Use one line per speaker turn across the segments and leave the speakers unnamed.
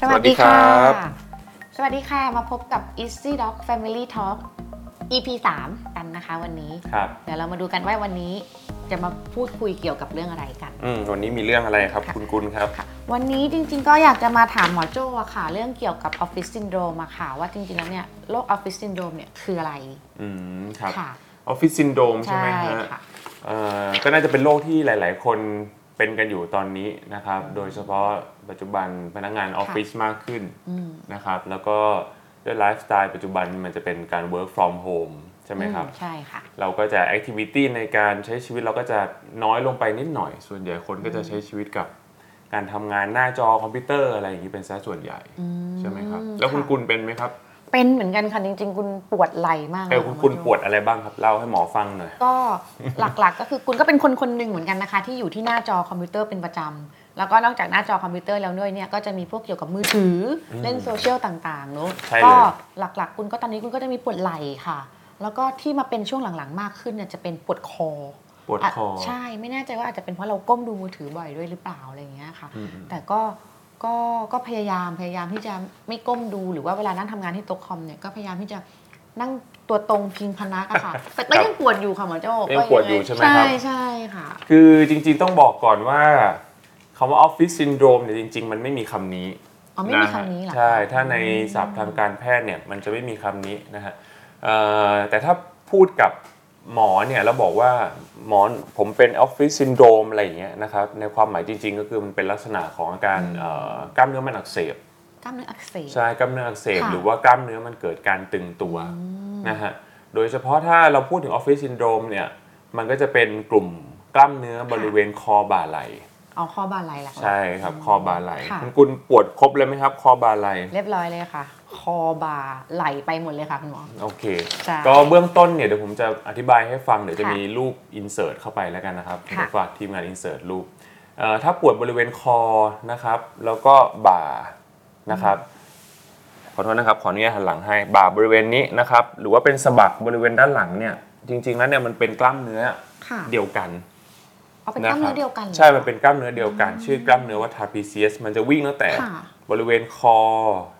สวัสดีครับ
สวัสดีค่ะ มาพบกับ Easy Dog Family Talk EP 3 กันนะคะวันนี้
ครับ
เดี๋ยวเรามาดูกันว่าวันนี้จะมาพูดคุยเกี่ยวกับเรื่องอะไรกัน
อืมวันนี้มีเรื่องอะไรครับ คุณกุลครับ
ค่ะวันนี้จริงๆก็อยากจะมาถามหมอโจ้อะค่ะ เรื่องเกี่ยวกับออฟฟิศซินโดรมอะค่ะ ว่าจริงๆแล้วเนี่ยโรคออฟฟิศซินโดรมเนี่ยคืออะไร
อืมครับ
ค่ะ
ออฟฟิศซินโดรมใช่ไหมฮะ
ค่ะ
เอ่อก็น่าจะเป็นโรคที่หลาย ๆ คนเป็นกันอยู่ตอนนี้นะครับ โดยเฉพาะปัจจุบันพนักงานออฟฟิศมากขึ้น
อืม
นะครับ แล้วก็ด้วยไลฟ์สไตล์ปัจจุบันมันจะเป็นการ work from home ใช่ไหมครับ
อืใช่ค่ะ
เราก็จะแอคทิวิตี้ในการใช้ชีวิตเราก็จะน้อยลงไปนิดหน่อย ส่วนใหญ่คนก็จะใช้ชีวิตกับการทำงานหน้าจอคอมพิวเตอร์อะไรอย่างนี้เป็นซะส่วนใหญ่ใช่ไหมครับ แล้วคุณ
ค่ะ
กุลเป็นไหมครับ
เป็นเหมือนกันค่ะจริง ๆ คุณปวดไหล่มาก
เออ
เล
คุณ
ยะ
คุณ
หมอ
ป
โจ้
วดอะไรบ้างครับ เล่าให้หมอฟังหน่อย
ก็หลักๆก็คือคุณก็เป็นคนคนหนึ่งเหมือนกันนะคะ ที่อยู่ที่หน้าจอคอมพิวเตอร์เป็นประจำแล้วก็นอกจากหน้าจอคอมพิวเตอร์แล้วด้วยเนี่ยก็จะมีพวกเกี่ยวกับมือถืออเล่นโซเชียลต่างๆเนอะ
ใช่เลย
ก็หลักๆ คุณก็ตอนนี้คุณก็จะมีปวดไหล่ค่ะ แล้วก็ที่มาเป็นช่วงหลังๆ มากขึ้นเนี่ยจะเป็นปวดคอ
ปวดคอ
ะใช่ไม่แน่ใจว่าอาจจะเป็นเพราะเราก้มดูมือถือบ่อยด้วยหรือเปล่าอะไรอย่างเงี้ยค่ะ
อืมอืม
แต่ก็ก็ก็พยายามพยายามที่จะไม่ก้มดูหรือว่าเวลานั่งทำงานที่โต๊ะคอมเนี่ยก็พยายามที่จะนั่งตัวตรงพิงพนักอะค่ะ แต่ก็ยังปวดอยู่ค่ะหมอโจ้
ยังปวดอยู่ใช่ไหมครับ
ใช่ใช่ค่ะ
คือจริงๆต้องบอกก่อนว่าคำว่าออฟฟิศซินโดรมเนี่ยจริง ๆ มันไม่มีคำนี้
อ๋อไม่มีคำนี้เหรอ
ใช่ถ้าในศัพท์ทางการแพทย์เนี่ยมันจะไม่มีคำนี้นะฮะเอ่อแต่ถ้าพูดกับหมอเนี่ยแล้วบอกว่าหมอผมเป็นออฟฟิศซินโดรมอะไรอย่างเงี้ยนะครับในความหมายจริง ๆ ก็คือมันเป็นลักษณะของอาการเอ่อกล้ามเนื้อมันอักเสบ
กล้ามเนื้ออักเสบ
ใช่กล้ามเนื้ออักเสบ
ค่ะ
หรือว่ากล้ามเนื้อมันเกิดการตึงตัวนะฮะโดยเฉพาะถ้าเราพูดถึงออฟฟิศซินโดรมเนี่ยมันก็จะเป็นกลุ่มกล้ามเนื้อบริเวณคอบ่าไหล่
เอาข้อบ่าไหล่ละ
ใช่ครับคอบ่าไหล่
ค่ะ
คุณกุลปวดครบเลยไหมครับ คอบ่าไหล่
เรียบร้อยเลยค่ะ คอบ่าไหลไปหมดเลยค่ะคุณหมอ
โอเค
ใช่
ก็เบื้องต้นเนี่ยเดี๋ยวผมจะอธิบายให้ฟังเดี๋ยวจะ
ค่ะ
มีรูปอินเสิร์ตเข้าไปแล้วกันนะครับ
ค่ะ
เดี๋ยวฝากทีมงานอินเสิร์ตรูปเอ่อถ้าปวดบริเวณคอนะครับ แล้วก็บ่านะครับ ขอโทษนะครับ ขออนุญาตหันหลังให้บ่าบริเวณนี้นะครับ หรือว่าเป็นสะบักบริเวณด้านหลังเนี่ย จริง ๆ แล้วเนี่ยมันเป็นกล้ามเนื้อ
ค่ะ
เดียวกัน
เอาเป็นกล้ามเนื้อเดียวกันหรอ
ใช่ มันเป็นกล้ามเนื้อเดียวกัน ชื่อกล้ามเนื้อว่าทาร์พีเซียส มันจะวิ่งตั้งแต่
ค่ะ
บริเวณคอ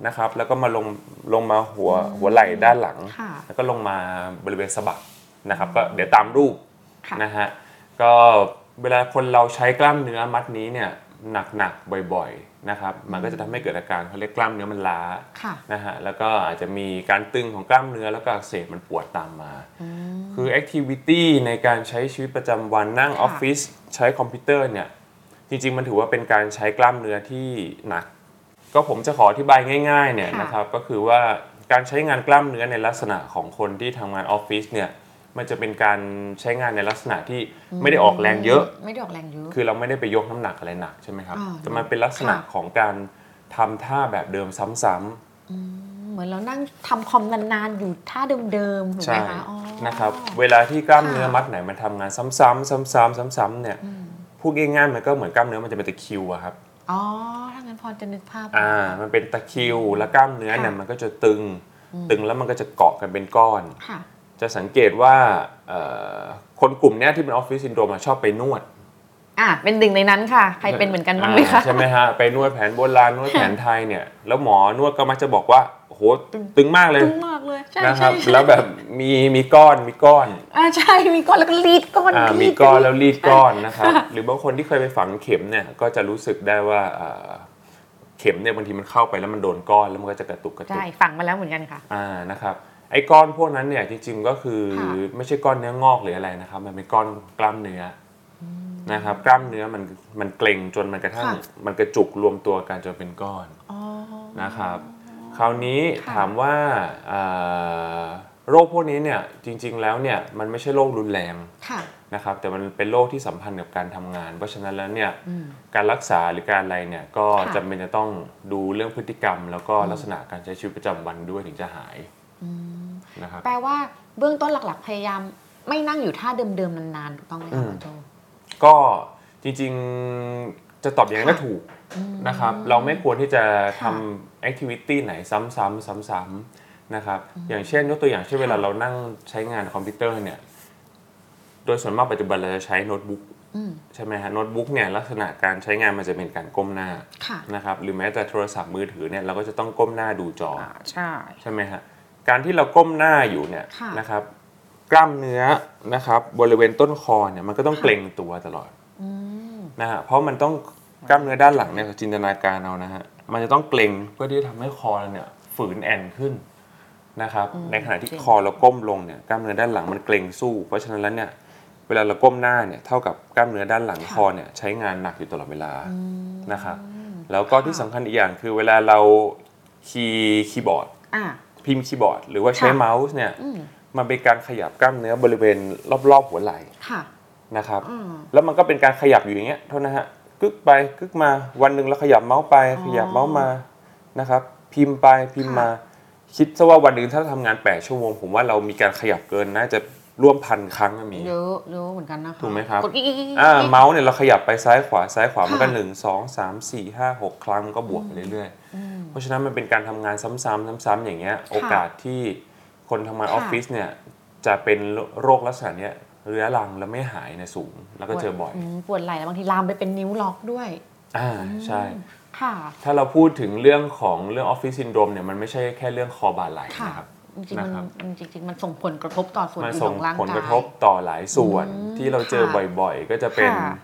นะครับ แล้วก็มาลงลงมาหัวหัวไหล่ด้านหลัง
ค่ะ
แล้วก็ลงมาบริเวณสะบักนะครับ ก็เดี๋ยวตามรูป
ค่ะ
นะฮะก็เวลาคนเราใช้กล้ามเนื้อมัดนี้เนี่ยหนักๆบ่อยๆนะครับมันก็จะทำให้เกิดอาการเขาเรียกกล้ามเนื้อมันล้า
ค่ะ
นะฮะแล้วก็อาจจะมีการตึงของกล้ามเนื้อแล้วก็อักเสบมันปวดตามมา
อืม
คือแอคทิวิตี้ในการใช้ชีวิตประจำวันนั่ง
ค่ะ
ออฟฟิศใช้คอมพิวเตอร์เนี่ยจริงๆมันถือว่าเป็นการใช้กล้ามเนื้อที่หนัก ก็ผมจะขออธิบายง่ายๆเนี่ยนะครับก็คือว่าการใช้งานกล้ามเนื้อในลักษณะของคนที่ทำงานออฟฟิศเนี่ยมันจะเป็นการใช้งานในลักษณะที่ไม่ได้ออกแรงเยอะ
ไม่ได้ออกแรงเยอะ
คือเราไม่ได้ไปยกน้ำหนักอะไรหนักใช่ไหมครับ
อ่า
แต่มันเป็นลักษณะของการทำท่าแบบเดิมซ้ำๆ
เหมือนเรานั่งทำคอมนานๆ อยู่ท่าเดิมๆถูกไห
ใช่
มคะอ๋อ
นะครับเวลาที่กล้ามเนื้อ
ค่ะ
มัดไหนมันทำงานซ้ำๆซ้ำๆซ้ำๆเนี่ย
อืม
พูดง่ายๆมันก็เหมือนกล้ามเนื้อมันจะเป็นตะคริวอะครับ
อ๋อ ถ้างั้นพอจะนึกภาพ
อ่ามันเป็นตะคริวแล้วกล้ามเนื้อเนี่ย
ค่ะ
มันก็จะตึง ตึงแล้วมันก็จะเกาะกันเป็นก้อน
ค่ะ
จะสังเกตว่าเอ่อคนกลุ่มเนี้ยที่เป็นออฟฟิศซินโดรมอะชอบไปนวด
อ่ะ เป็นหนึ่งในนั้นค่ะ ใครเป็นเหมือนกันบ้างไหมคะ
อ่าใช่ไหมฮะไปนวดแผนโบราณนวดแผนไทยเนี่ยแล้วหมอนวดก็มักจะบอกว่าโอ้โหตึงมากเลย
ตึงมากเลย ใช่
นะค
ใช่
รับ
ใช่
แล้วแบบมีมีก้อนมีก้อน
อ่าใช่ มีก้อนแล้วก็รีดก้อน
อ่า
รี
มี
ด
ก้อนแล้วรีดก้อนนะครับ หรือบางคนที่เคยไปฝังเข็มเนี่ยก็จะรู้สึกได้ว่าอ่าเข็มเนี่ยบางทีมันเข้าไปแล้วมันโดนก้อนแล้วมันก็จะกระตุกกระตุ
ใช่
ก
ฝังมาแล้วเหมือนกันค่ะ
อ่านะครับไอ้ก้อนพวกนั้นเนี่ยจริงๆก็คือ
ค่ะ
ไม่ใช่ก้อนเนื้องอกหรืออะไรนะครับ มันเป็นก้อนกล้ามเนื้ออนะครับกล้ามเนื้อมันมันเกร็งจนมันกระทั่งมันกระจุกรวมตัวกันจนเป็นก้อน
อ๋อ
นะครับคราวนี้
ค่ะ
ถามว่าเอ่อโรคพวกนี้เนี่ยจริง ๆ แล้วเนี่ยมันไม่ใช่โรครุนแรง
ค่ะ
นะครับแต่มันเป็นโรคที่สัมพันธ์กับการทำงาน เพราะฉะนั้นแล้วเนี่ย
อืม
การรักษาหรือการอะไรเนี่ยก็
ค่ะ
จำเป็นจะต้องดูเรื่องพฤติกรรม แล้วก็ลักษณะการใช้ชีวิตประจำวันด้วยถึงจะหาย
อืม
นะครับ
แปลว่าเบื้องต้นหลักๆ พยายาม ไม่นั่งอยู่ท่าเดิมๆ นานๆ ถูกต้องไหมคะหมอโจ
ก็จริงๆจะตอบอย่างนั้นก็
ค่ะ
ถูก
อืม
นะครับเราไม่ควรที่จะ
ค่ะ
ทำแอคทิวิตี้ไหนซ้ำๆซ้ำๆนะครับอย่างเช่นยกตัวอย่างเช่นเวลาเรานั่งใช้งานคอมพิวเตอร์เนี่ยโดยส่วนมากปัจจุบันเราจะใช้โน้ตบุ๊ก
อืม
ใช่ไหมฮะโน้ตบุ๊กเนี่ยลักษณะการใช้งานมันจะเป็นการก้มหน้า
ค่ะ
นะครับหรือแม้แต่โทรศัพท์มือถือเนี่ยเราก็จะต้องก้มหน้าดูจอ
อ่าใช่
ใช่ไหมฮะการที่เราก้มหน้าอยู่เนี่ย
ค่ะ
นะครับ กล้ามเนื้อนะครับบริเวณต้นคอเนี่ยมันก็ต้อง
ค่ะ
เกร็งตัวตลอด
อืม
นะฮะเพราะมันต้องกล้ามเนื้อด้านหลังเนี่ยจินตนาการเอานะฮะมันจะต้องเกร็งเพื่อที่จะทำให้คอเราเนี่ยฝืนแอนขึ้นนะครับในขณะที่คอเราก้มลงเนี่ยกล้ามเนื้อด้านหลังมันเกร็งสู้ เพราะฉะนั้นแล้วเนี่ยเวลาเราก้มหน้าเนี่ยเท่ากับกล้ามเนื้อด้านหลังคอเนี่ยใช้งานหนักอยู่ตลอดเวลา
อืม
นะครับ แล้วก็ที่สำคัญอีกอย่างคือเวลาเราคีย์คีย์บอร์ด
อ่า
พิมพ์คีย์บอร์ด หรือว่าใช้
ค่ะ
เมาส์เนี่ย
อืม
มันเป็นการขยับกล้ามเนื้อบริเวณรอบๆหัวไหล่
ค่ะ
นะครับ
อืม
แล้วมันก็เป็นการขยับอยู่อย่างเงี้ยโทษนะฮะกึกไปกึกมาวันหนึ่งเราขยับเมาส์ไป
อ๋อ
ขยับเมาส์มานะครับ พิมพ์ไปพิมพ์
ค่ะ
มา คิดซะว่าวันหนึ่งถ้าทำงาน 8 ชั่วโมง ผมว่าเรามีการขยับเกินน่าจะร่วมพันครั้งอะมี
เยอะเยอะเหมือนกันนะคะ
ถูกไหมครับ
กดอีกอีกอีก
อ่า
อีก
เมาส์เนี่ยเราขยับไปซ้ายขวาซ้ายขวามันก็
ค่ะ
หนึ่งสองสามสี่ห้าหกครั้งมันก็บวกไปเรื่อยๆ
อืม
เพราะฉะนั้นมันเป็นการทำงานซ้ำๆซ้ำๆอย่างเงี้ยโอกาสที่คนทำงาน
ค่ะ
ออฟฟิศเนี่ยจะเป็นโรคลักษณะเนี้ยเรื้อรังแล้วไม่หายเนยสูง แล้วก็
ปวด
เจอบ่อย
มปวดไหล่แล้วบางทีลามไปเป็นนิ้วล็อกด้วย
อ่าใช่
อืมค่ะ
ถ้าเราพูดถึงเรื่องของเรื่องออฟฟิศซินโดรมเนี่ยมันไม่ใช่แค่เรื่องคอบ่าไหล่
ค่ะ
นะครับ
จริงๆ
นะครับ
มันจริงๆ มันส่งผลกระทบต่อส่วน
มัน
อื่น
ส่
ข
ง
องร่าง
ผ
กาย
ลกระทบต่อหลายส่วน
อืม
ที่เราเจอ
ค่ะ
บ่อยๆ ก็จะเป็น
ค่ะ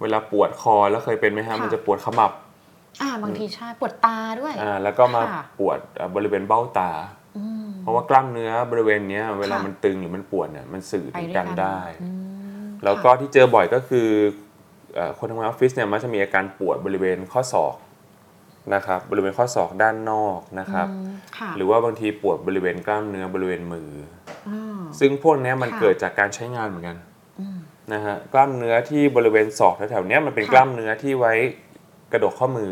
เวลาปวดคอแล้วเคยเป็นไหมฮะ
ค่ะ
มันจะปวดขมับ
อ่าบางทีใช่ปวดตาด้วย
อ่าแล้วก็มา
ค่ะ
ปวดเอ่อบริเวณเบ้าตา
อืม
เพราะว่ากล้ามเนื้อบริเวณเนี้ยเวลา
ค่ะ
มันตึงหรือมันปวดเนี่ยมันสื่อ
ไปด้
ถึง
วย
กันได้
อืม
แล้วก็ที่เจอบ่อยก็คือเอ่อคนทำงานออฟฟิศเนี่ยมักจะมีอาการปวดบริเวณข้อศอกนะครับบริเวณข้อศอกด้านนอกนะค
ค่ะ
รับ
อืมค่ะ
หรือว่าบางทีปวดบริเวณกล้ามเนื้อบริเวณมือ
ม
ซึ่งพวกเนี้ยมัน
ค่ะ
เกิดจากการใช้งานเหมือนกัน
อืม
นะฮะกล้ามเนื้อที่บริเวณศอกแถวๆเนี้ยมันเป็น
ค่ะ
กล้ามเนื้อที่ไว้กระดกข้อมือ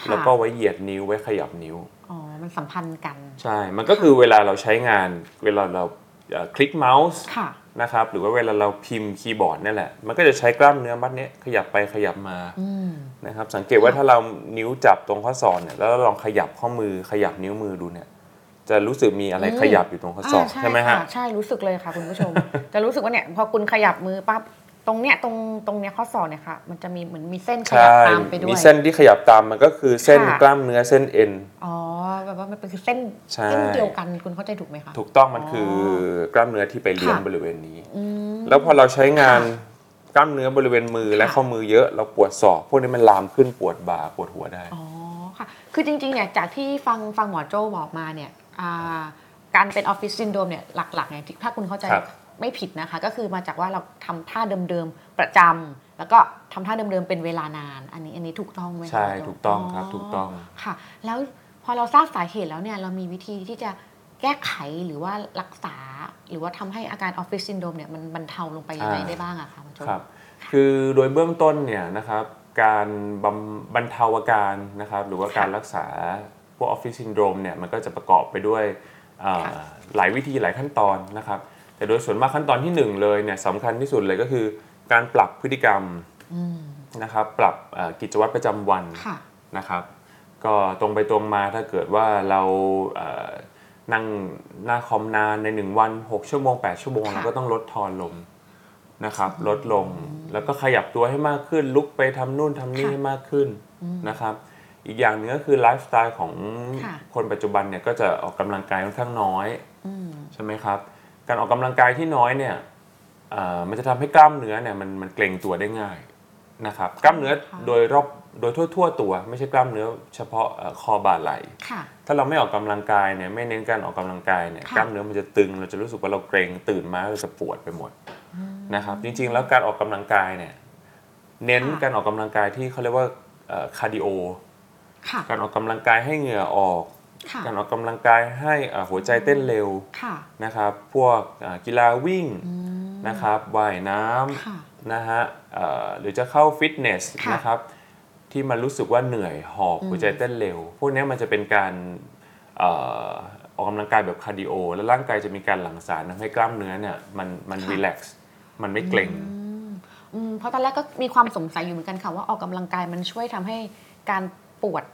ค่ะ
แล้วก็ไว้เหยียดนิ้วไว้ขยับนิ้ว
อ๋อ มันสัมพันธ์กัน
ใช่ มันก็คือเวลาเราใช้งานเวลาเราเอ่อคลิกเมาส์
ค่ะ
นะครับหรือว่าเวลาเราพิมพ์คีย์บอร์ดนี่แหละ มันก็จะใช้กล้ามเนื้อมัดเนี้ยขยับไปขยับมา
อืม
นะครับสังเกตว่าถ้าเรานิ้วจับตรงข้อศอกเนี่ยแล้วเราลองขยับข้อมือขยับนิ้วมือดูเนี่ยจะรู้สึกมีอะไร
อืม
ขยับอยู่ตรงข้อศอก
อ่า
ใช่ไหมฮะ
ค่ใช่รู้สึกเลยค่ะคุณ ผู้ชม จะรู้สึกว่าเนี่ยพอคุณขยับมือปั๊บตรงเนี้ยตรงตรงเนี้ยข้อศอกเนี่ยค่ะมันจะมีเหมือนมีเส้นขยับ
ใช่
ตามไปด้วย
มีเส้นที่ขยับตามมันก็คือเส้น
ค่ะ
กล้ามเนื้อเส้นเอ็น
อ๋อแบบว่ามันเป็นคือเส้น
ใช่
เส้นเดียวกันคุณเข้าใจถูกไหมคะ
ถูกต้องมัน
อ๋อ
คือกล้ามเนื้อที่ไปเลี้ยง
ค่ะ
บริเวณนี้
อืม
แล้วพอเราใช้งานกล้ามเนื้อบริเวณมือและ
ค่ะ
ข้อมือเยอะเราปวดศอกพวกนี้มันลามขึ้นปวดบ่าปวดหัวได้
อ๋อค่ะ คือจริงๆเนี่ยจากที่ฟังฟังหมอโจ้บอกมาเนี่ยอ่าการเป็นออฟฟิศซินโดรมเนี่ยหลักๆเนี่ยที่ถ้าคุณเข้าใจ
ครับ
ไม่ผิดนะคะ ก็คือมาจากว่าเราทำท่าเดิมๆประจำแล้วก็ทำท่าเดิมๆเป็นเวลานาน อันนี้อันนี้ถูกต้องไหมคะ
ใช่
หมโจ้
ถูกต้องครับถูกต้อง
ค่ะ แล้วพอเราทราบสาเหตุแล้วเนี่ยเรามีวิธีที่จะแก้ไขหรือว่ารักษา หรือว่าทำให้อาการออฟฟิศซินโดรมเนี่ยมันบรรเทาลงไปยังไงได้บ้างอะคะหมอโจ้
ครับ คือโดยเบื้องต้นเนี่ยนะครับ การบำบรรเทาอาการนะครับ หรือว่า
ค่ะ
การรักษาพวกออฟฟิศซินโดรมเนี่ย มันก็จะประกอบไปด้วยเอ่อ
ค่ะ
หลายวิธีหลายขั้นตอนนะครับ แต่โดยส่วนมากขั้นตอนที่หนึ่งเลยเนี่ยสำคัญที่สุดเลยก็คือการปรับพฤติกรรมนะครับ ปรับเอ่อกิจวัตรประจำวัน
ค่ะ
นะครับก็ตรงไปตรงมาถ้าเกิดว่าเราเอ่อนั่งหน้าคอมนานใน 1 วัน 6 ชั่วโมง 8 ชั่วโมง
ค่ะ
เราก็ต้องลดทอนลงนะครับลดลงแล้วก็ขยับตัวให้มากขึ้น ลุกไปทำนู่นทำนี่
ค่ะ
ให้มากขึ้นนะครับอีกอย่างหนึงก็คือไลฟ์สไตล์ของ
ค่ะ
คนปัจจุบันเนี่ยก็จะออกกำลังกายค่อนข้างน้อย
อืม
ใช่ไหมครับการออกกำลังกายที่น้อยเนี่ยเอ่อมันจะทำให้กล้ามเนื้อเนี่ยมันมันเกร็งตัวได้ง่ายนะครับกล้ามเนื้อ
ค่ะ
โดยรอบโดยทั่ว ๆ ตัว ไม่ใช่กล้ามเนื้อเฉพาะเอ่อคอบ่าไหล่
ค่ะ
ถ้าเราไม่ออกกำลังกายเนี่ยไม่เน้นการออกกำลังกายเนี่ย
ค่ะ
กล้ามเนื้อมันจะตึง เราจะรู้สึกว่าเราเกร็งตื่นมาเราจะปวดไปหมดนะครับจริงๆแล้วการออกกำลังกายเนี่ยเน้น
ค่ะ
การออกกำลังกายที่เขาเรียกว่าคาร์ดิโอ cardio
ค่ะ
การออกกำลังกายให้เหงื่อออก
ค่ะ
การออกกำลังกายให้เอ่อหัวใจเต้นเร็ว
ค่ะ
นะครับ พวกอ่ากีฬาวิ่ง
อืม
นะครับว่ายน้
ค่ะ
ำนะฮะเอ่อหรือจะเข้าฟิตเนส
ค่ะ
นะครับที่มันรู้สึกว่าเหนื่อยหอบหัวใจเต้นเร็ว พวกเนี้ยมันจะเป็นการเอ่อออกกำลังกายแบบคาร์ดิโอ แล้วร่างกายจะมีการหลั่งสารทำให้กล้ามเนื้อเนี่ยมันมัน
ค่ะ
รีแลกซ์มันไม่เกร็ง
อืมเพราะตอนแรกก็มีความสงสัยอยู่เหมือนกันค่ะว่าออกกำลังกายมันช่วยทำให้การปวด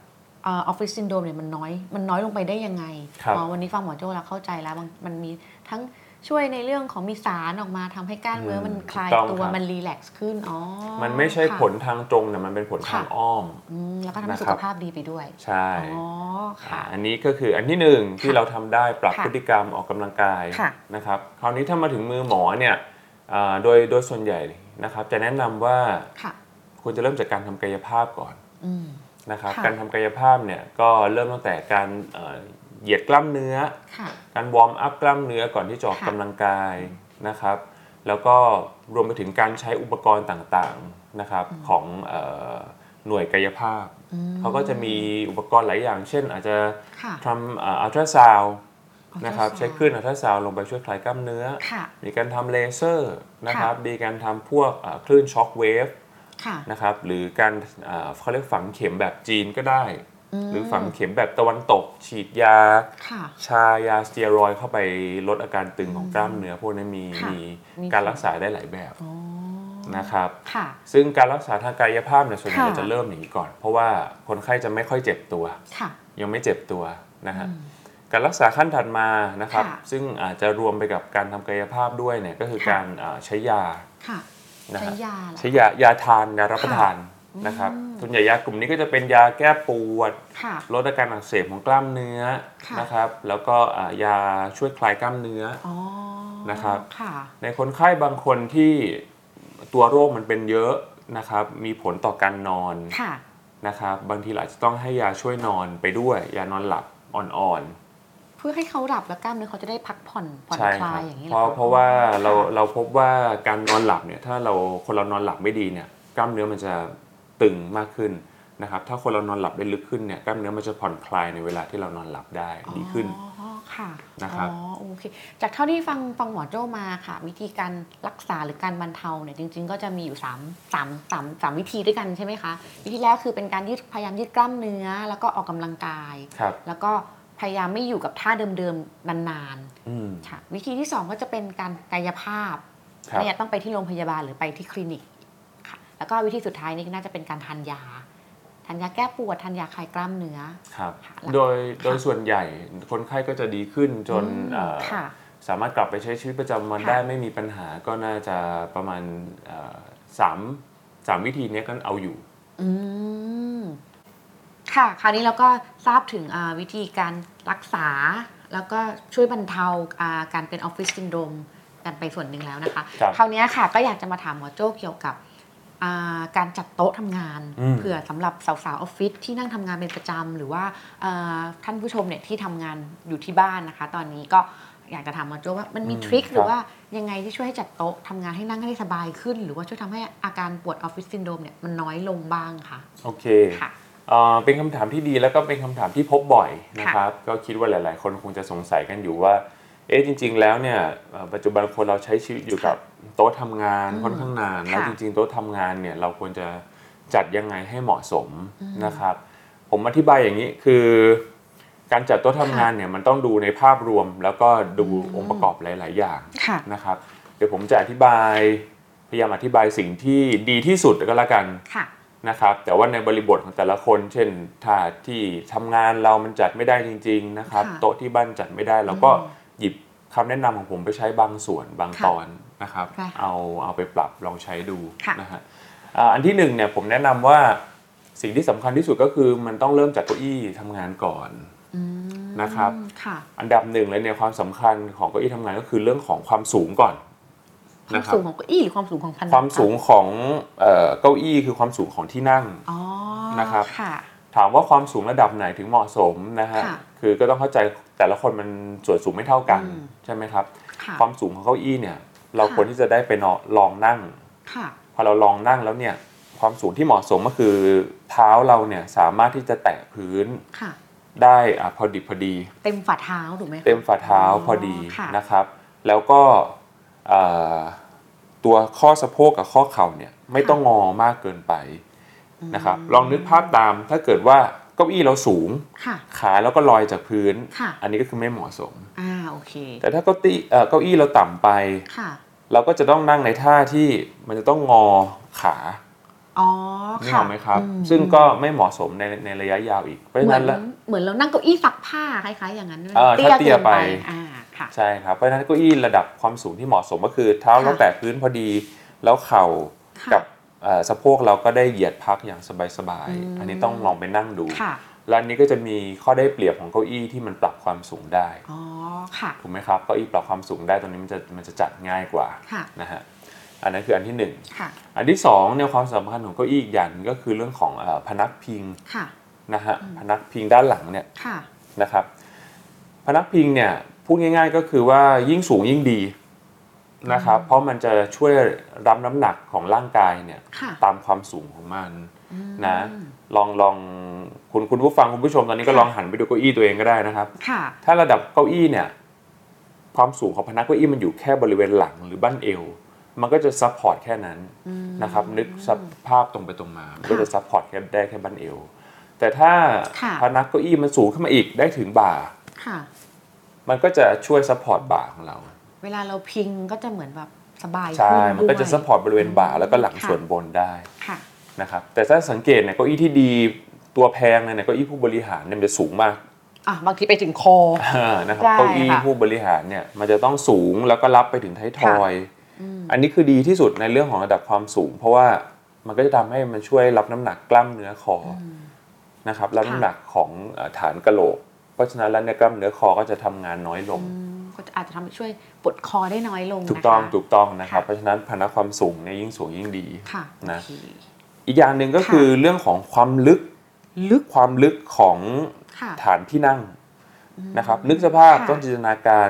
เออฟฟิศซินโดรมเนี่ยมันน้อย มันน้อยลงไปได้ยังไง
ครับ
อ๋อวันนี้ฟังหมอโจ้แล้วเข้าใจแล้วมันมันมีทั้ง ช่วยในเรื่องของมีสารออกมาทำให้กล้ามเนื้อมัน
อืม
คลาย
ถูกต้อง
ตัว
ครับ
มันรีแลกซ์ขึ้นอ๋อ
มันไม่ใช่
ค่ะ
ผลทางตรงนะมันเป็นผลทาง
ค่ะ
อ้อม
อืมแล้วก็ทำให้สุ
นะค
ข
รับ
ภาพดีไปด้วย
ใช่
อ๋อค่ะ
อันนี้ก็คืออันที่หนึ่งที่เราทำได้ปรับ
ค่ะ
พฤติกรรมออกกำลังกาย
ค่ะ
นะครับคราวนี้ถ้ามาถึงมือหมอเนี่ยอ่าโดยโดยส่วนใหญ่นะครับจะแนะนำว่า
ค่ะ
ควรจะเริ่มจากการทำกายภาพก่อน
อืม
นะครับ
ค่ะ
การทำกายภาพเนี่ยก็เริ่มตั้งแต่การเอ่อเหยียดกล้ามเนื้อ
ค่ะ
การวอร์มอัพกล้ามเนื้อก่อนที่จะออก
ค่ะ
กำลังกายนะครับ แล้วก็รวมไปถึงการใช้อุปกรณ์ต่างๆนะครับของเอ่อหน่วยกายภาพ
อืม
เขาก็จะมีอุปกรณ์หลายอย่าง เช่นอาจจะ
ค่ะ
ทำอัลตราซาวนะครับ
อัลตาซาวด์
ใช้คลื่นอัลตราซาวลงไปช่วยคลายกล้ามเนื้อ
ค่ะ
มีการทำเลเซอร์นะครับ
ค่ะ
มีการทำพวกเอ่อคลื่นช็อคเวฟ
ค่ะ
นะครับหรือการเอ่อเขาเรียกฝังเข็มแบบจีนก็ได้
ม
หรือฝังเข็มแบบตะวันตก ฉีดยา
ค่ะ
ชายาสเตียรอยด์เข้าไปลดอาการตึงของกล้ามเนื้อพวกนี้มี
ค่ะ
มี
มี
การรักษาได้หลายแบบ
อ๋อ
นะครับ
ค่ะ
ซึ่งการรักษาทางกายภาพเนี่ยส่วนใหญ่
ค่ะ
เราจะเริ่มอย่างนี้ก่อน เพราะว่าคนไข้จะไม่ค่อยเจ็บตัว
ค่ะ
ยังไม่เจ็บตัวนะฮะ
อืม
การรักษาขั้นถัดมานะครับ
ค่ะ
ซึ่งอาจจะรวมไปกับการทำกายภาพด้วยเนี่ยก็คือ
ค่ะ
การเอ่อใช้ยา
ค่ะ
นะ
ใช้
ฮะ
ยาเหรอ
ใช้ยายาทานยารับประ
ค่ะ
ทานนะครับ
อืม
ส่วนใหญ่ยากลุ่มนี้ก็จะเป็นยาแก้ปวด
ค่ะ
ลดอาการอักเสบของกล้ามเนื้อ
ค่ะ
นะครับ แล้วก็อ่ายาช่วยคลายกล้ามเนื้อ
อ๋อ
นะครับ
ค่ะ
ในคนไข้บางคนที่ตัวโรคมันเป็นเยอะนะครับ มีผลต่อการนอน
ค่ะ
นะครับ บางทีเราอาจจะต้องให้ยาช่วยนอนไปด้วย ยานอนหลับอ่อน
เพื่อให้เขาหลับแล้วกล้ามเนื้อเขาจะได้พักผ่อนผ่อ
ๆ
น
ใช่
คลา
ครั
ย
บ
อย่างนี้ห
เพ
อ
ราะ
คบ
เพราะว่าเรา
ค่ะ
เราพบว่าการนอนหลับเนี่ยถ้าเราคนเรานอนหลับไม่ดีเนี่ยกล้ามเนื้อมันจะตึงมากขึ้นนะครับ ถ้าคนเรานอนหลับได้ลึกขึ้นเนี่ยกล้ามเนื้อมันจะผ่อนคลายในเวลาที่เรานอนหลับได้ดีขึ้น
อ๋อค่ะ
นะครับ
อ๋อโอเคจากเท่าที่ฟังฟังหมอโจ้มาค่ะ วิธีการรักษาหรือการบรรเทาเนี่ยจริง ๆ ก็จะมีอยู่3ามสามสามสามวิธีด้วยกันใช่ไหมคะ วิธีแรกคือเป็นการยืดพยายามยืดกล้ามเนื้อ แล้วก็ออกกำลังกาย
ครับ
แล้วก็พยายามไม่อยู่กับท่าเดิมๆนาน
อืม
ๆค่ะ วิธีที่สองก็จะเป็นการกายภาพ
ครับ
เนี่ยต้องไปที่โรงพยาบาลหรือไปที่คลินิกค่ะ แล้วก็วิธีสุดท้ายนี่น่าจะเป็นการทานยา ทานยาแก้ปวด ทานยาคลายกล้ามเนื้อ
ครับ
ค่ะ
โดยโดยส่วนใหญ่คนไข้ก็จะดีขึ้นจน
อืม
เอ่อ
ค่ะ
สามารถกลับไปใช้ชีวิตประจำวัน
ค่ะ
ได้ไม่มีปัญหาก็น่าจะประมาณเอ่อสามสามวิธีเนี้ยก็เอาอยู่
อืม ค่ะ คราวนี้เราก็ทราบถึงอ่าวิธีการรักษา แล้วก็ช่วยบรรเทาอ่าการเป็นออฟฟิศซินโดรมกันไปส่วนหนึ่งแล้วนะคะ
ครับ
คราวนี้ค่ะก็อยากจะมาถามหมอโจ้เกี่ยวกับอ่าการจัดโต๊ะทำงาน
อืม
เผื่อสำหรับสาวๆออฟฟิศที่นั่งทำงานเป็นประจำหรือว่าเอ่อท่านผู้ชมเนี่ยที่ทำงานอยู่ที่บ้านนะคะ ตอนนี้ก็อยากจะถามหมอโจ้ว่ามันมีทริคหรือว่ายังไงที่ช่วยให้จัดโต๊ะทำงานให้นั่งให้สบายขึ้น หรือว่าช่วยทำให้อาการปวดออฟฟิศซินโดรมเนี่ยมันน้อยลงบ้างคะ
โอเค
ค่ะ
เอ่อเป็นคำถามที่ดีแล้วก็เป็นคำถามที่พบบ่อยนะครับ ก็คิดว่าหลาย ๆ คนคงจะสงสัยกันอยู่ว่า เอ๊ะจริง ๆ แล้วเนี่ยเอ่อปัจจุบันคนเราใช้ชีวิตอยู่กับโต๊ะทำงาน
อืม
ค่อนข้างนานแล้ว
ค่ะ
จริง ๆ โต๊ะทำงานเนี่ยเราควรจะจัดยังไงให้เหมาะสมนะครับ ผมอธิบายอย่างนี้คือ การจัดโต๊ะทำงานเนี่ยมันต้องดูในภาพรวม แล้วก็ดู
อืม
องค์ประกอบหลาย ๆ อย่าง
ค่ะ
นะครับเดี๋ยวผมจะอธิบายพยายามอธิบายสิ่งที่ดีที่สุดก็แล้วกัน
ค่ะ
นะครับแต่ว่าในบริบทของแต่ละคน เช่นถ้าที่ทำงานเรามันจัดไม่ได้จริง ๆ นะครับ
ค่ะ
โต๊ะที่บ้านจัดไม่ได้เราก็
อืม
หยิบคำแนะนำของผมไปใช้บางส่วนบาง
ค่ะ
ตอนนะครับ
ค่ะ
เอาเอาไปปรับลองใช้ดู
ค่ะ
นะฮะอ่าอันที่หนึ่งเนี่ยผมแนะนำว่าสิ่งที่สำคัญที่สุดก็คือมันต้องเริ่มจากเก้าอี้ทำงานก่อน
อืม
นะครับ
ค่ะ
อันดับหนึ่งเลยเนี่ยความสำคัญของเก้าอี้ทำงานก็คือเรื่องของความสูงก่อน
ความ
นะครับ
สูงของเก้าอี้หรือความสูงของผนัง
ความสูงของเอ่อเก้าอี้คือความสูงของที่นั่ง
อ๋อ
นะครับ
ค่ะ
ถามว่าความสูงระดับไหนถึงเหมาะสมนะฮะ
ค่ะ
คือก็ต้องเข้าใจแต่ละคนมันส่วนสูงไม่เท่ากัน
อืม
ใช่ไหมครับ
ค่ะ
ความสูงของเก้าอี้เนี่ยเรา
ค่ะ
ควรที่จะได้ไปเนาะลองนั่ง
ค่ะ
พอเราลองนั่งแล้วเนี่ยความสูงที่เหมาะสมก็คือเท้าเราเนี่ยสามารถที่จะแตะพื้น
ค่ะ
ได้อะพอดิบพอดี
เต็มฝ่าเท้าถูกไหมคะ
เต็มฝ่าเท้าพอดี
ค่ะ
นะครับ แล้วก็เอ่อตัวข้อสะโพกกับข้อเข่าเนี่ยไม่ต้องงอมากเกินไปนะครับ ลองนึกภาพตามถ้าเกิดว่าเก้าอี้เราสูง
ค่ะ
ขาแล้วก็ลอยจากพื้น
ค่ะ
อันนี้ก็คือไม่เหมาะสม
อ่าโอเค
แต่ถ้าเก้าตี้เอ่อเก้าอี้เราต่ำไป
ค่ะ
เราก็จะต้องนั่งในท่าที่มันจะต้องงอขา
อ๋อ
นี่
ค่ะ
เห็นไหมครับ
อื
ซึ่งก็ไม่เหมาะสมในในระยะยาวอีกเพราะ
เห
ฉะ
มือ
นั้น นแล้ว
เหมือนเรานั่งเก้าอี้ซักผ้าคล้ายๆอย่างนั้น
เออถ้าเตี้ย
กิน
ไป
อ่าค่ะ ค่ะ
ใช่ครับเพราะฉะนั้นเก้าอี้ระดับความสูงที่เหมาะสมก็คือเท้าเรา
ค่ะ
แตะพื้นพอดี แล้วเข่า
ค่ะ
กับเอ่อสะโพกเราก็ได้เหยียดพักอย่างสบาย
อืม
ๆ อันนี้ต้องลองไปนั่งดู
ค่ะ
แล้วอันนี้ก็จะมีข้อได้เปรียบของเก้าอี้ที่มันปรับความสูงได้
อ๋อค่ะ
ถูกไหมครับเก้าอี้ปรับความสูงได้ตรงนี้มันจะมันจะจัดง่ายกว่า
ค่ะ
นะฮะอันนั้นคืออันที่หนึ่ง
ค่ะ
อันที่สองเนี่ยความสำคัญของเก้าอี้อีกอย่างหนึ่งก็คือเรื่องของเออพนักพิง
ค่ะ
นะฮะพนักพิงด้านหลังเนี่ย
ค่ะ
นะครับพนักพิงเนี่ยพูดง่าย ๆก็คือว่ายิ่งสูงยิ่งดีนะครับเพราะมันจะช่วยรับน้ำหนักของร่างกายเนี่ย
ค่ะ
ตามความสูงของมัน
อืม
นะลองลองคุณคุณผู้ฟังคุณผู้ชมตอนนี้ก็
ค่ะ
ลองหันไปดูเก้าอี้ตัวเองก็ได้นะครับ
ค่ะ
ถ้าระดับเก้าอี้เนี่ยความสูงของพนักเก้าอี้มันอยู่แค่บริเวณหลังหรือบั้นเอว มันก็จะซัพพอร์ตแค่นั้น
อืม
นะครับนึกสภาพตรงไปตรงมา
ค่ะ
ก็จะซัพพอร์ตแค่ได้แค่บั้นเอว แต่ถ้า
ค่ะ
พนักเก้าอี้มันสูงขึ้นมาอีกได้ถึงบ่า
ค่ะ
มันก็จะช่วยซัพพอร์ตบ่าของเรา
เวลาเราพิงก็จะเหมือนแบบสบาย
ใช่
ขึ้
มันก็
ด้
จะ
วย
ซัพพอร์ตบริเวณบ่าแล้วก็หลัง
ค่ะ
ส่วนบนได้
ค่ะ
นะครับแต่ถ้าสังเกตเนี่ยเก้าอี้ที่ดีตัวแพงเนี่ยเก้าอี้ผู้บริหารเนี่ยมันจะสูงมาก
อ่ะบางทีไปถึงคอ
นะครับ
ได้
เก้าอี้
ค่ะ
ผู้บริหารเนี่ยมันจะต้องสูงแล้วก็รับไปถึงท้ายทอย
อืม
อันนี้คือดีที่สุดในเรื่องของระดับความสูง เพราะว่ามันก็จะทำให้มันช่วยรับน้ำหนักกล้ามเนื้อคออ
อืม
นะครับแล้ว
ค่ะ
น้ำหนักของเอ่อฐานกะโหลก เพราะฉะนั้นแล้วเนี่ยกล้ามเนื้อคอก็จะทำงานน้อยลง
อืมก็จะอาจจะทำให้ช่วยปลดคอได้น้อยลง
ถูกต้อง
นะคะ
ถูกต้องนะครับ
ค่ะ
เพราะฉะนั้นพนักความสูงเนี่ยยิ่งสูงยิ่งดี
ค่ะ
นะ
โอเค
อีกอย่างหนึ่งก็คือเรื่องของความลึก
ลึก
ความลึกของ
ค่ะ
ฐานที่นั่งนะครับ นึกสภาพ
ค่ะ
ต้องจินตนาการ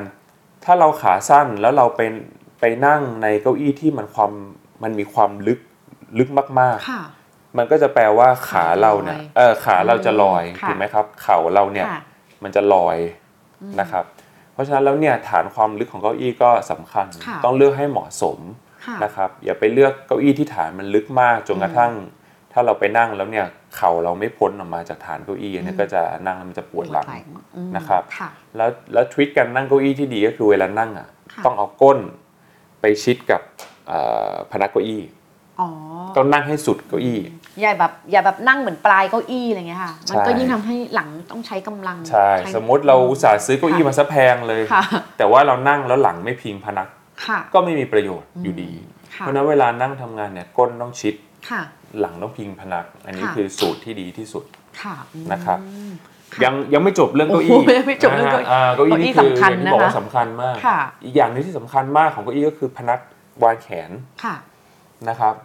ถ้าเราขาสั้นแล้วเราเป็นไปนั่งในเก้าอี้ที่มันความมันมีความลึกลึกมาก
ค่ะ
ๆ มันก็จะแปลว่าขาเราเนี่ย
ลอย
เออขาเราจะลอย
ค่ะ
ถูกไหมครับเข่าเราเนี่ย
ค่ะ
มันจะลอย
อืม
นะครับ เพราะฉะนั้นแล้วเนี่ยฐานความลึกของเก้าอี้ก็สำคัญ
ค่ะ
ต้องเลือกให้เหมาะสม
ค่ะ
นะครับ อย่าไปเลือกเก้าอี้ที่ฐานมันลึกมากจนกระทั่ง ถ้าเราไปนั่งแล้วเนี่ยเข่าเราไม่พ้นออกมาจากฐานเก้าอี้เนี่ย
อืม
ก็จะนั่งแล้วมันจะปวดหลัง
อืม
นะครับ
ค่ะ
แล้วแล้วทริคการนั่งเก้าอี้ที่ดีก็คือเวลานั่งอ่ะ
ค่ะ
ต้องเอาก้นไปชิดกับเอ่อพนักเก้าอี้
อ๋อ
ต้องนั่งให้สุดเก้าอี้
อย่าแบบอย่าแบบนั่งเหมือนปลายเก้าอี้อะไรเงี้ยค่ะ มันก็
ใช่
ยิ่งทำให้หลังต้องใช้กำลัง
ใช่
ช้
สมมติเราอุตส่าห์ซื้อเก้าอี้มาซะแพงเลย
ค่ะ
แต่ว่าเรานั่งแล้วหลังไม่พิงพนัก
ค่ะ
ก็ไม่มีประโยชน์อยู่ดี
ค่ะ
เพราะฉะนั้นเวลานั่งทำงานเนี่ยก้นต้องชิด
ค่ะ
หลังต้องพิงพนัก อันนี้
ค่ะ
คือสูตรที่ดีที่สุด
ค่ะอืม
นะครับ
ค่ะ
ยังยังไม่จบเรื่องเก้าอี้
โอ้โหยังไม่จบเรื่องเก้าอี้
นะฮะเก้าอี้นี่
เก้าอี้สำ
คือ
คัญ
อย่างที่บอ
นะคะ
กว่าสำคัญมาก
ค่ะ
อีกอย่างหนึงที่สำคัญมากของเก้าอี้ก็คือพนักวางแขน
ค่ะ
นะครับ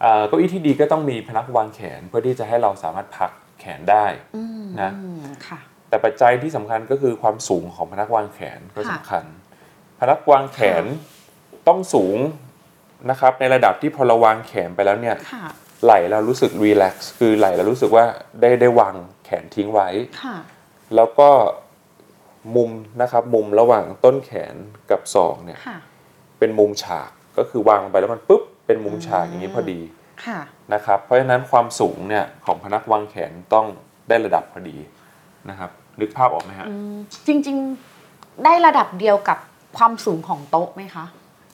เอ่อเก้าอี้ที่ดีก็ต้องมีพนักวางแขนเพื่อที่จะให้เราสามารถพักแขนได้
อืม
นะ
อืมค่ะ
แต่ปัจจัยที่สำคัญก็คือความสูงของพนักวางแขนก็สำคัญ พนักวางแขนต้องสูงนะครับในระดับที่พอเราวางแขนไปแล้วเนี่ย
ค่ะ
ไหลเรารู้สึกรีแลกซ์คือไหลเรารู้สึกว่าได้ได้วางแขนทิ้งไว้
ค่ะ
แล้วก็มุมนะครับมุมระหว่างต้นแขนกับศอกเนี่ย
ค่ะ
เป็นมุมฉากก็คือวางไปแล้วมันปุ๊บเป็นมุมฉาก
อืม
อย่างนี้พอดี
ค่ะ
นะครับเพราะฉะนั้นความสูงเนี่ยของพนักวางแขนต้องได้ระดับพอดีนะครับนึกภาพออกไหมฮะ
อืมจริงๆ ได้ระดับเดียวกับความสูงของโต๊ะไหมคะ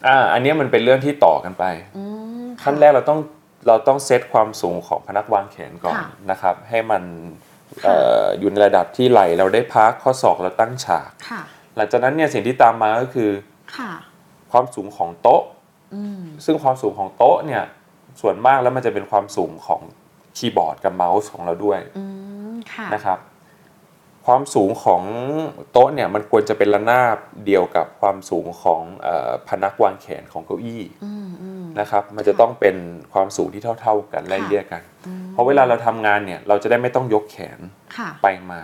อ่าอันเนี้ยมันเป็นเรื่องที่ต่อกันไป
อืมค่ะ
ขั้นแรกเราต้องเราต้องเซตความสูงของพนักวางแขนก่อน
ค่ะ
นะครับ ให้มัน
ค่ะ
เอ่ออยู่ในระดับที่ไหลเราได้พักข้อศอกเราตั้งฉาก
ค่ะ
หลังจากนั้นเนี่ยสิ่งที่ตามมาก็คือ
ค่ะ
ความสูงของโต๊ะ
อืม
ซึ่งความสูงของโต๊ะเนี่ยส่วนมากแล้วมันจะเป็นความสูงของคีย์บอร์ดกับเมาส์ของเราด้วย
อืม ค่ะ
นะครับ ความสูงของโต๊ะเนี่ยมันควรจะเป็นระนาบเดียวกับความสูงของเออพนักวางแขนของเก้าอี้
อืมอืม
นะครับ มันจะต้องเป็นความสูงที่เท่า ๆกันไล่
ค่ะ
เรียกกัน เพราะเวลาเราทำงานเนี่ยเราจะได้ไม่ต้องยกแขน
ค่ะ
ไปมา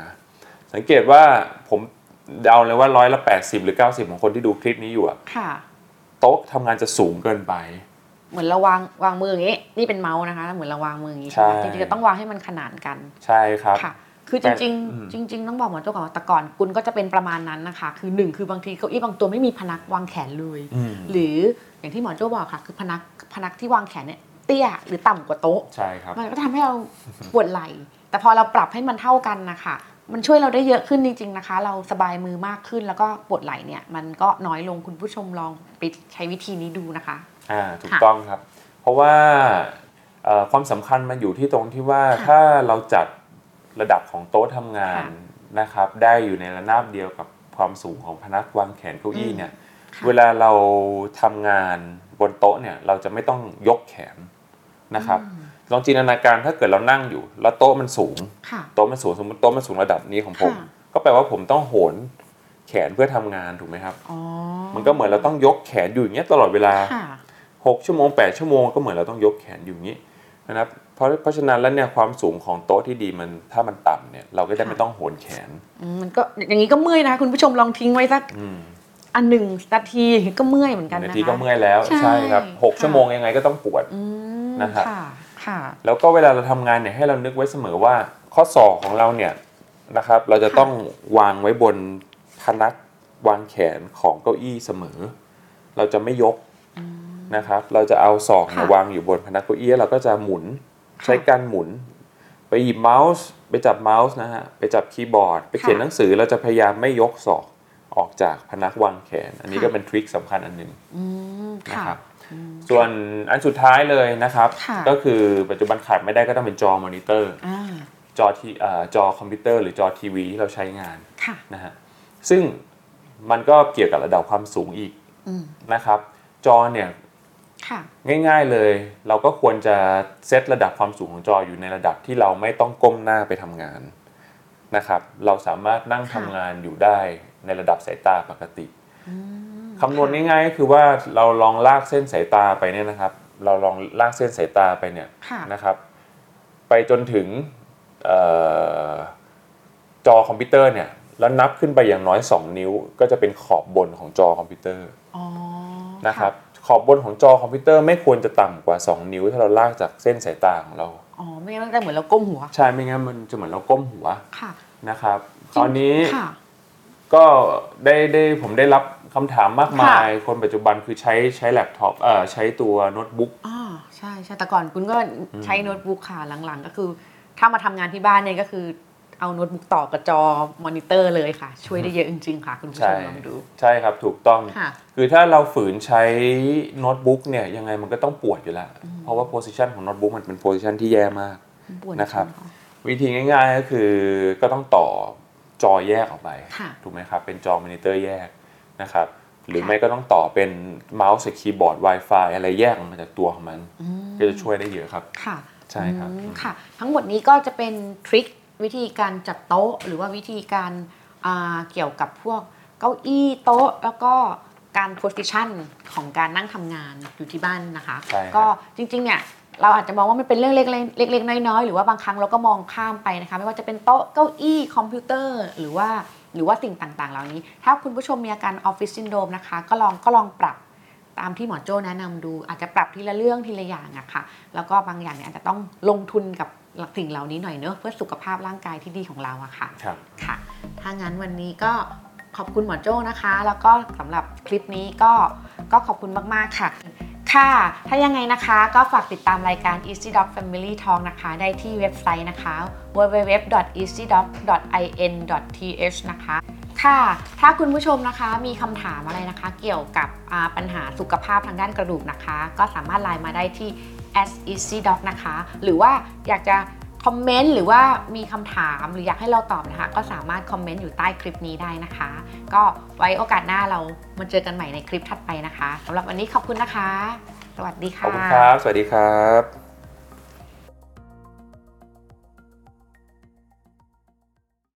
สังเกตว่าผมเดาเลยว่าร้อยละ 80 หรือ 90 ของคนที่ดูคลิปนี้อยู่อะ
ค่ะ
โต๊ะทำงานจะสูงเกินไป
เหมือนเราวางวางมืออย่างนี้ นี่เป็นเมาส์นะคะ เหมือนเราวางมืออย่างนี้
ใช่
ใช่ไหมจริงๆจะต้องวางให้มันขนานกัน
ใช่ครับ
ค่ะ คือจ
แต่
ริง
อืม
ๆ จริง ๆ ต้องบอกเหมือนตัวก่อนว่าแต่ก่อนคุณก็จะเป็นประมาณนั้นนะคะ คือหนึ่งคือบางทีเก้าอี้บางตัวไม่มีพนักวางแขนเลย
อืม
หรืออย่างที่หมอโจ้บอกค่ะ คือพนักพนักที่วางแขนเนี่ยเตี้ยหรือต่ำกว่าโต๊ะ
ใช่ครับ
มันก็ทำให้ เราปวดไหล่แต่พอเราปรับให้มันเท่ากันนะคะมันช่วยเราได้เยอะขึ้นจริง ๆนะคะ เราสบายมือมากขึ้นแล้วก็ปวดไหล่เนี่ย มันก็น้อยลงคุณผู้ชมลองไปใช้วิธีนี้ดูนะคะ
อ่าถูก
ค่ะ
ต้องครับ เพราะว่าเอ่อความสำคัญมันอยู่ที่ตรงที่ว่า
ค่ะ
ถ้าเราจัดระดับของโต๊ะทำงาน
ค่ะ
นะครับ ได้อยู่ในระนาบเดียวกับ ความสูงของพนักวางแขนเก้าอี้เนี่ย
ค่ะ
เวลาเราทำงานบนโต๊ะเนี่ยเราจะไม่ต้องยกแขนนะครับลองจินตนาการถ้าเกิดเรานั่งอยู่ แล้วโต๊ะมันสูง
ค่ะ
โต๊ะมันสูงสมมติโต๊ะมันสูงระดับนี้ของผม
ค่ะ
ก็แปลว่าผมต้องโหนแขนเพื่อทำงานถูกไหมครับ
อ๋อ
มันก็เหมือนเราต้องยกแขนอยู่อย่างเงี้ยตลอดเวลา
ค่ะ
6 ชั่วโมง 8 ชั่วโมงก็เหมือนเราต้องยกแขนอยู่อย่างนี้นะครับเพราะเพราะฉะนั้นแล้วเนี่ยความสูงของโต๊ะที่ดีมันถ้ามันต่ำเนี่ยเราก็จะไม่ต้องโหนแขน
อืมมันก็อย่างนี้ก็เมื่อยนะคะคุณผู้ชมลองทิ้งไว้สัก
อืม
อันหนึ่งนาทีก็เมื่อยเหมือนกัน
นา
นะคะ
ทีก็เมื่อยแล้ว
ใช่
ใช่ครับ
ค่ะ
6 ชั่วโมงยังไงก็ต้องปวด
อืม
นะครับ
ค่ะค่ะ
แล้วก็เวลาเราทำงานเนี่ยให้เรานึกไว้เสมอว่าข้อศอกของเราเนี่ยนะครับ เราจะ
ค่ะ
ต้องวางไว้บนพนักวางแขนของเก้าอี้เสมอ เราจะไม่ยก
อืม
นะครับ เราจะเอาศอกเนี่ย
ค่ะ
วางอยู่บนพนักเก้าอี้แล้วเราก็จะหมุน ใช้
ค่ะ
การหมุน ไปหยิบเมาส์ไปจับเมาส์นะฮะไปจับคีย์บอร์ด ไปเขียน
ค่ะ
หนังสือเราจะพยายามไม่ยกศอกออกจากพนักวางแขน อันนี้
ค่ะ
ก็เป็นทริคสำคัญอันหนึ่ง
อืม
นะ
ค่ะ
ครับ
อืม
ส่วนอันสุดท้ายเลยนะครับ
ค่ะ
ก็คือปัจจุบันขาดไม่ได้ก็ต้องเป็นจอมอนิเตอร์
อ่า
จอทีเอ่อจอคอมพิวเตอร์หรือจอทีวีที่เราใช้งาน
ค่ะ
นะฮะซึ่งมันก็เกี่ยวกับระดับความสูงอีก
อืม
นะครับ จอเนี่ย
ค่ะ
ง่ายๆเลย เราก็ควรจะเซตระดับความสูงของจออยู่ในระดับที่เราไม่ต้องก้มหน้าไปทำงานนะครับ เราสามารถนั่ง
ค่ะ
ทำงานอยู่ได้ในระดับสายตาปกติ
อืม
คำนวณง่ายๆก็คือว่าเราลองลากเส้นสายตาไปเนี่ยนะครับ เราลองลากเส้นสายตาไปเนี่ย
ค่ะ
นะครับไปจนถึงเอ่อจอคอมพิวเตอร์เนี่ยแล้วนับขึ้นไปอย่างน้อย 2 นิ้ว ก็จะเป็นขอบบนของจอคอมพิวเตอร์
อ๋อ
นะครับขอบบนของจอคอมพิวเตอร์ไม่ควรจะต่ำกว่า 2 นิ้ว ถ้าเราลากจากเส้นสายตาของเรา
อ๋อไม่งั้นแต่เหมือนเราก้มหัว
ใช่ไม่งั้นมันจะเหมือนเราก้มหัว
ค่ะ
นะครับตอนนี้
ค่ะ
ก็ได้ได้ผมได้รับคำถามมากมาย คนปัจจุบันคือใช้ใช้แล็ปท็อปเอ่อใช้ตัวโน้ตบุ๊ก
อ่าใช่ใช่แต่ก่อนคุณก็ใช้โน้ตบุ๊กค่ะหลังๆ ก็คือ ถ้ามาทำงานที่บ้านเนี่ยก็คือเอาโน้ตบุ๊กต่อกับจอมอนิเตอร์เลยค่ะ ช่วยได้เยอะจริงๆค่ะ คุณผู้ช
ใช่
มลองดู
ใช่ครับถูกต้อง
ค่ะ
คือถ้าเราฝืนใช้โน้ตบุ๊กเนี่ยยังไงมันก็ต้องปวดอยู่แล้ว เพราะว่าโพสิชันของโน้ตบุ๊กมันเป็นโพสิชันที่แย่มาก
ปวด
นะครับ
จง
วิธีง่ายๆก็คือก็ต้องต่อจอแยกออกไป
ค่ะ
ถูกไหมครับ เป็นจอมอนิเตอร์แยกนะครับ หรือ
ค่ะ
ไม่ก็ต้องต่อเป็นเมาส์กับคีย์บอร์ด Wi-Fi อะไรแยกออกมาจากตัวของมัน
อืม
ก็จะช่วยได้เยอะครับ
ค่ะ
ใช่ครับ
อืมค่ะ ทั้งหมดนี้ก็จะเป็นทริควิธีการจัดโต๊ะ หรือว่าวิธีการอ่าเกี่ยวกับพวกเก้าอี้โต๊ะ แล้วก็การโพสิชันของการนั่งทำงานอยู่ที่บ้านนะคะ
ใช่ครับ
ก็จริงๆเนี่ยเราอาจจะมองว่ามันเป็นเรื่องเล็กๆเล็กๆน้อยๆหรือว่าบางครั้งเราก็มองข้ามไปนะคะไม่ว่าจะเป็นโต๊ะเก้าอี้คอมพิวเตอร์ หรือว่าหรือว่าสิ่งต่างๆ เหล่านี้ ถ้าคุณผู้ชมมีอาการออฟฟิศซินโดรมนะคะก็ลองก็ลองปรับตามที่หมอโจ้แนะนำดู อาจจะปรับทีละเรื่องทีละอย่างอะค่ะ แล้วก็บางอย่างเนี่ยอาจจะต้องลงทุนกับสิ่งเหล่านี้หน่อยเนอะเพื่อสุขภาพร่างกายที่ดีของเราอะค่ะ
ครับ
ค่ะ ถ้างั้นวันนี้ก็ขอบคุณหมอโจ้นะคะ แล้วก็สำหรับคลิปนี้ก็ก็ขอบคุณมาก ๆ ค่ะ ค่ะ ถ้ายังไงนะคะก็ฝากติดตามรายการ Easy Doc Family Talk นะคะ ได้ที่เว็บไซต์นะคะ www.easydoc.in.th นะคะ ค่ะ ถ้าคุณผู้ชมนะคะมีคำถามอะไรนะคะ เกี่ยวกับอ่าปัญหาสุขภาพทางด้านกระดูกนะคะ ก็สามารถไลน์มาได้ที่ as easy doc นะคะ หรือว่าอยากจะคอมเมนต์หรือว่ามีคำถามหรืออยากให้เราตอบนะคะ ก็สามารถคอมเมนต์อยู่ใต้คลิปนี้ได้นะคะ ก็ไว้โอกาสหน้าเรามาเจอกันใหม่ในคลิปถัดไปนะคะสำหรับวันนี้ขอบคุณนะคะ สวัสดี
ข
ค่ะ
อบคุณครับ สวัสดีครับ